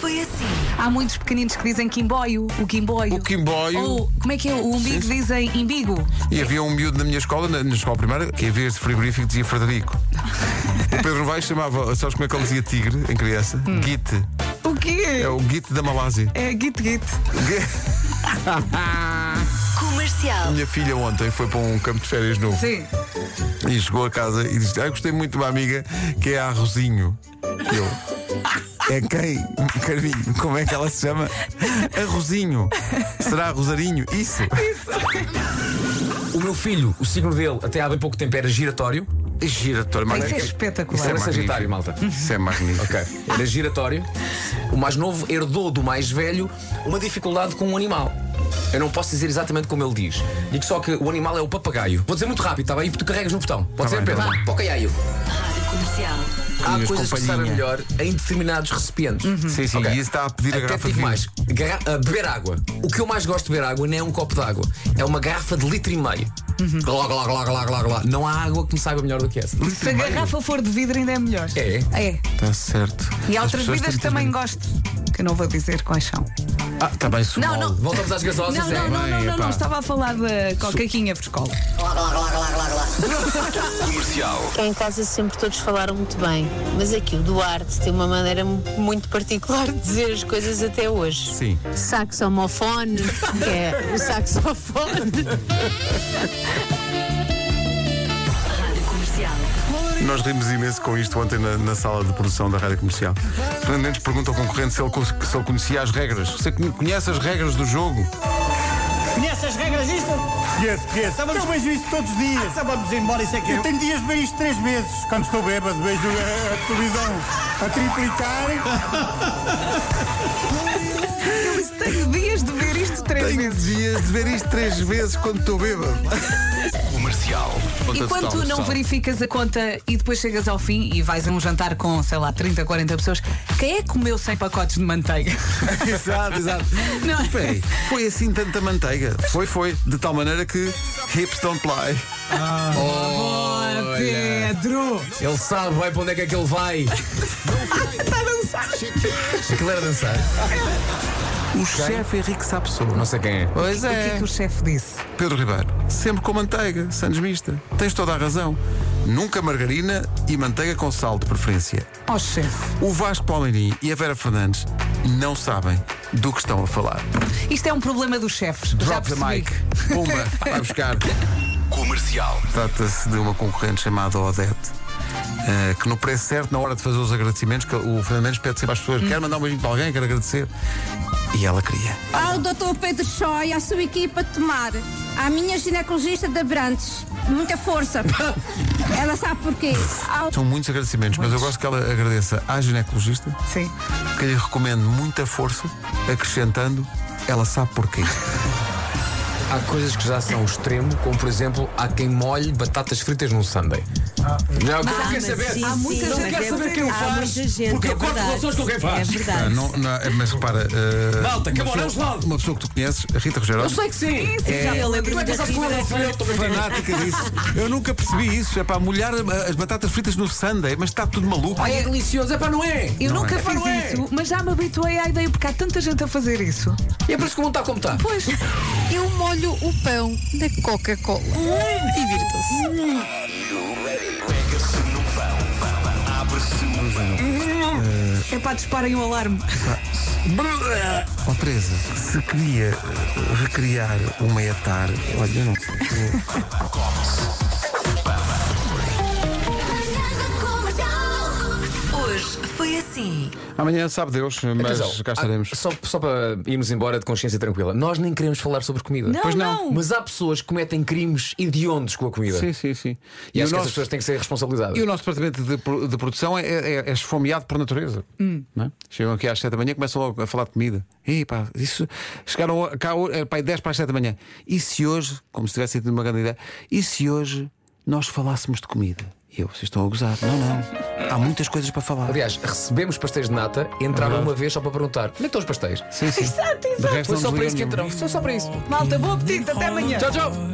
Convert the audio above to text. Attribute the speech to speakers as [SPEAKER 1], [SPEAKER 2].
[SPEAKER 1] assim.
[SPEAKER 2] há muitos pequeninos que dizem quimboio, o quimboio.
[SPEAKER 3] O quimboio.
[SPEAKER 2] Ou, como é que é? O umbigo
[SPEAKER 3] Sim.
[SPEAKER 2] dizem imbigo.
[SPEAKER 3] E havia um miúdo na minha escola, na, na escola primária, que em vez de frigorífico dizia Frederico. O Pedro Vais chamava, sabes como é que ele dizia tigre em criança?
[SPEAKER 2] Hum.
[SPEAKER 3] Git.
[SPEAKER 2] O quê?
[SPEAKER 3] É o Git da Malásia.
[SPEAKER 2] É git git.
[SPEAKER 3] A
[SPEAKER 4] Comercial.
[SPEAKER 3] minha filha ontem foi para um campo de férias novo
[SPEAKER 2] Sim.
[SPEAKER 3] e chegou a casa e disse: ah, Gostei muito de uma amiga que é a Arrozinho. E Eu. É quem? Carminho, como é que ela se chama? Arrozinho. Será Rosarinho? Isso.
[SPEAKER 5] O meu filho, o signo dele, até há bem pouco tempo era giratório.
[SPEAKER 3] Giratório,
[SPEAKER 2] Vai ser
[SPEAKER 3] Isso é
[SPEAKER 2] espetacular.
[SPEAKER 5] Era sagitário, malta.
[SPEAKER 3] Isso é magnífico.
[SPEAKER 5] Ok. Era giratório. O mais novo herdou do mais velho uma dificuldade com um animal. Eu não posso dizer exatamente como ele diz. Digo só que o animal é o papagaio. Vou dizer muito rápido, está bem? E tu carregas no botão. Pode
[SPEAKER 3] Tá
[SPEAKER 5] ser,
[SPEAKER 3] bem,
[SPEAKER 5] Pedro?
[SPEAKER 3] tá bem.
[SPEAKER 5] Papagaio.
[SPEAKER 4] Rádio Comercial.
[SPEAKER 5] Há
[SPEAKER 3] Minhas
[SPEAKER 5] coisas que
[SPEAKER 3] companhinha.
[SPEAKER 5] sabem melhor em determinados recipientes.
[SPEAKER 3] Sim, sim.
[SPEAKER 5] Ok.
[SPEAKER 3] E isso está a pedir Uhum. a
[SPEAKER 5] Até
[SPEAKER 3] garrafa
[SPEAKER 5] te
[SPEAKER 3] de
[SPEAKER 5] digo
[SPEAKER 3] vinho.
[SPEAKER 5] mais. Garra- ah, beber água. O que eu mais gosto de beber água não é um copo de água. É uma garrafa de litro e meio.
[SPEAKER 3] Uhum.
[SPEAKER 5] Glá, glá, glá, glá, glá, glá. Não há água que me saiba melhor do que essa.
[SPEAKER 2] Se a garrafa for de vidro, ainda é melhor.
[SPEAKER 5] É?
[SPEAKER 2] É.
[SPEAKER 3] Está certo.
[SPEAKER 2] E há
[SPEAKER 3] As
[SPEAKER 2] outras
[SPEAKER 3] pessoas
[SPEAKER 2] vidas
[SPEAKER 3] têm
[SPEAKER 2] que também
[SPEAKER 3] muitas-
[SPEAKER 2] gosto. Que eu não vou dizer quais são.
[SPEAKER 3] Ah, está bem, sumol.
[SPEAKER 2] Não, não.
[SPEAKER 5] Voltamos às gasosas.
[SPEAKER 2] Não,
[SPEAKER 5] é.
[SPEAKER 2] não, não, não,
[SPEAKER 3] bem,
[SPEAKER 2] não,
[SPEAKER 3] epá.
[SPEAKER 2] não. Estava a falar da cocaquinha frescola.
[SPEAKER 6] Cá é em casa sempre todos falaram muito bem, mas aqui o Duarte tem uma maneira muito particular de dizer as coisas até hoje.
[SPEAKER 3] Sim.
[SPEAKER 6] Saxomofone, que é o saxofone.
[SPEAKER 4] Rádio Comercial.
[SPEAKER 3] Nós rimos imenso com isto ontem na, na sala de produção da Rádio Comercial. Fernando Mendes pergunta ao concorrente se ele, cons- se ele conhecia as regras. Você con- conhece as regras do jogo?
[SPEAKER 7] Conhece as regras disto?
[SPEAKER 8] Conheço, conheço.
[SPEAKER 7] Estávamos-
[SPEAKER 8] Eu beijo isso todos os dias.
[SPEAKER 7] Então vamos embora, isso é que
[SPEAKER 8] Eu tenho dias de ver isto três vezes. Quando estou bêbado, beijo a, a televisão a triplicar.
[SPEAKER 2] Tenho dias de ver isto três vezes.
[SPEAKER 3] dias de ver isto três vezes quando estou bêbado. Comercial.
[SPEAKER 2] E quando tu não verificas a conta e depois chegas ao fim e vais a um jantar com, sei lá, 30, 40 pessoas, quem é que comeu 100 pacotes de manteiga?
[SPEAKER 3] exato, exato.
[SPEAKER 2] Não. é?
[SPEAKER 3] Espera aí, foi assim tanta manteiga. Foi, foi. De tal maneira que hips don't lie.
[SPEAKER 2] Oh, Pedro!
[SPEAKER 5] Ele sabe bem para onde é que aquele vai.
[SPEAKER 2] Está a dançar!
[SPEAKER 5] Aquilo era dançar.
[SPEAKER 3] O chefe Henrique Sapsou.
[SPEAKER 5] Não sei quem é.
[SPEAKER 3] Pois
[SPEAKER 2] O que é que o chefe disse?
[SPEAKER 3] Pedro Ribeiro, sempre com manteiga, sandes mista. Tens toda a razão. Nunca margarina e manteiga com sal de preferência.
[SPEAKER 2] Oh, chefe,
[SPEAKER 3] O Vasco Palmeirim e a Vera Fernandes não sabem do que estão a falar.
[SPEAKER 2] isto é um problema dos chefes. Já
[SPEAKER 3] Drop the
[SPEAKER 2] percebi.
[SPEAKER 3] mic. Pumba, vai buscar.
[SPEAKER 9] Comercial.
[SPEAKER 3] Trata-se de uma concorrente chamada Odete. eh, que no preço certo, na hora de fazer os agradecimentos, que o Fernando Mendes pede sempre às pessoas: quer mandar um beijinho para alguém, quer agradecer. E ela queria.
[SPEAKER 10] Ao Dr. Pedro Chó e à sua equipa de tomar. À minha ginecologista de Abrantes. Muita força. Ela sabe porquê. Ao
[SPEAKER 3] São muitos agradecimentos, mas eu gosto que ela agradeça à ginecologista,
[SPEAKER 2] Sim.
[SPEAKER 3] que lhe recomendo muita força, acrescentando: ela sabe porquê.
[SPEAKER 5] Há coisas que já são extremo, como por exemplo, há quem molhe batatas fritas num sundae. Já alguém quer saber?
[SPEAKER 1] Ah, sim,
[SPEAKER 5] Há
[SPEAKER 1] sim,
[SPEAKER 5] muita gente que
[SPEAKER 1] mas
[SPEAKER 5] quer
[SPEAKER 1] é
[SPEAKER 5] saber quem o
[SPEAKER 1] verdade. Há
[SPEAKER 5] faz.
[SPEAKER 1] muita gente,
[SPEAKER 5] porque
[SPEAKER 1] é
[SPEAKER 5] eu corto
[SPEAKER 1] verdade.
[SPEAKER 5] relações com quem
[SPEAKER 1] É
[SPEAKER 5] faz.
[SPEAKER 3] Ah,
[SPEAKER 1] verdade.
[SPEAKER 3] não, não, é, mas repara. eh,
[SPEAKER 5] Malta, acabou,
[SPEAKER 3] uma
[SPEAKER 5] não é
[SPEAKER 3] pessoa-
[SPEAKER 5] gelado.
[SPEAKER 3] Uma pessoa que tu conheces, a Rita Rogeroni.
[SPEAKER 5] Eu sei que
[SPEAKER 3] É.
[SPEAKER 5] sim. é
[SPEAKER 1] Sim, já eu lembro-me da Rita.
[SPEAKER 3] fanática disso. Eu nunca percebi isso. É para molhar eh, as batatas fritas no Sunday, mas está tudo maluco.
[SPEAKER 5] Ai, é delicioso. É para não é?
[SPEAKER 2] Eu
[SPEAKER 3] Não
[SPEAKER 2] nunca
[SPEAKER 3] é.
[SPEAKER 2] fiz
[SPEAKER 5] Não é.
[SPEAKER 2] isso, mas já me habituei à ideia porque há tanta gente a fazer isso.
[SPEAKER 5] E é por isso que o mundo está como está.
[SPEAKER 2] Pois,
[SPEAKER 11] Eu molho o pão da Coca-Cola. Divirtam-se.
[SPEAKER 9] Pega-se no pão. Abre-se no pão.
[SPEAKER 2] é para disparem o alarme.
[SPEAKER 3] Ó Teresa, se queria eh, recriar uma etar, olha, eu não sei.
[SPEAKER 4] Hoje foi assim.
[SPEAKER 3] Amanhã sabe Deus, mas cá estaremos.
[SPEAKER 5] ah, Só, só para irmos embora de consciência tranquila, nós nem queremos falar sobre comida.
[SPEAKER 2] Não,
[SPEAKER 3] Pois não.
[SPEAKER 2] não.
[SPEAKER 5] Mas há pessoas que cometem crimes hediondos com a comida.
[SPEAKER 3] Sim, sim, sim. o
[SPEAKER 5] E, acho que essas
[SPEAKER 3] nosso,
[SPEAKER 5] pessoas têm que ser responsabilizadas.
[SPEAKER 3] e o nosso departamento de, pro- de produção é, é, é esfomeado por natureza.
[SPEAKER 5] Hum.
[SPEAKER 3] não é? Chegam aqui às 7 da manhã e começam logo a falar de comida. E pá, isso. Chegaram cá eh, pá, 10 para as 7 da manhã. E se hoje, como se tivesse tido uma grande ideia, e se hoje nós falássemos de comida? E eu, vocês estão a gozar. Não, não. Há muitas coisas para falar.
[SPEAKER 5] Aliás, recebemos pastéis de nata, entraram uma vez só para perguntar: como é que estão os pastéis?
[SPEAKER 3] Sim, sim.
[SPEAKER 2] Exato,
[SPEAKER 3] De
[SPEAKER 2] exato.
[SPEAKER 3] resto,
[SPEAKER 5] Foi
[SPEAKER 3] não nos
[SPEAKER 5] só para
[SPEAKER 3] ligam
[SPEAKER 5] isso que
[SPEAKER 3] nenhum.
[SPEAKER 5] entramos. Foi só para isso.
[SPEAKER 2] Malta, bom apetite, até amanhã.
[SPEAKER 5] Tchau, tchau.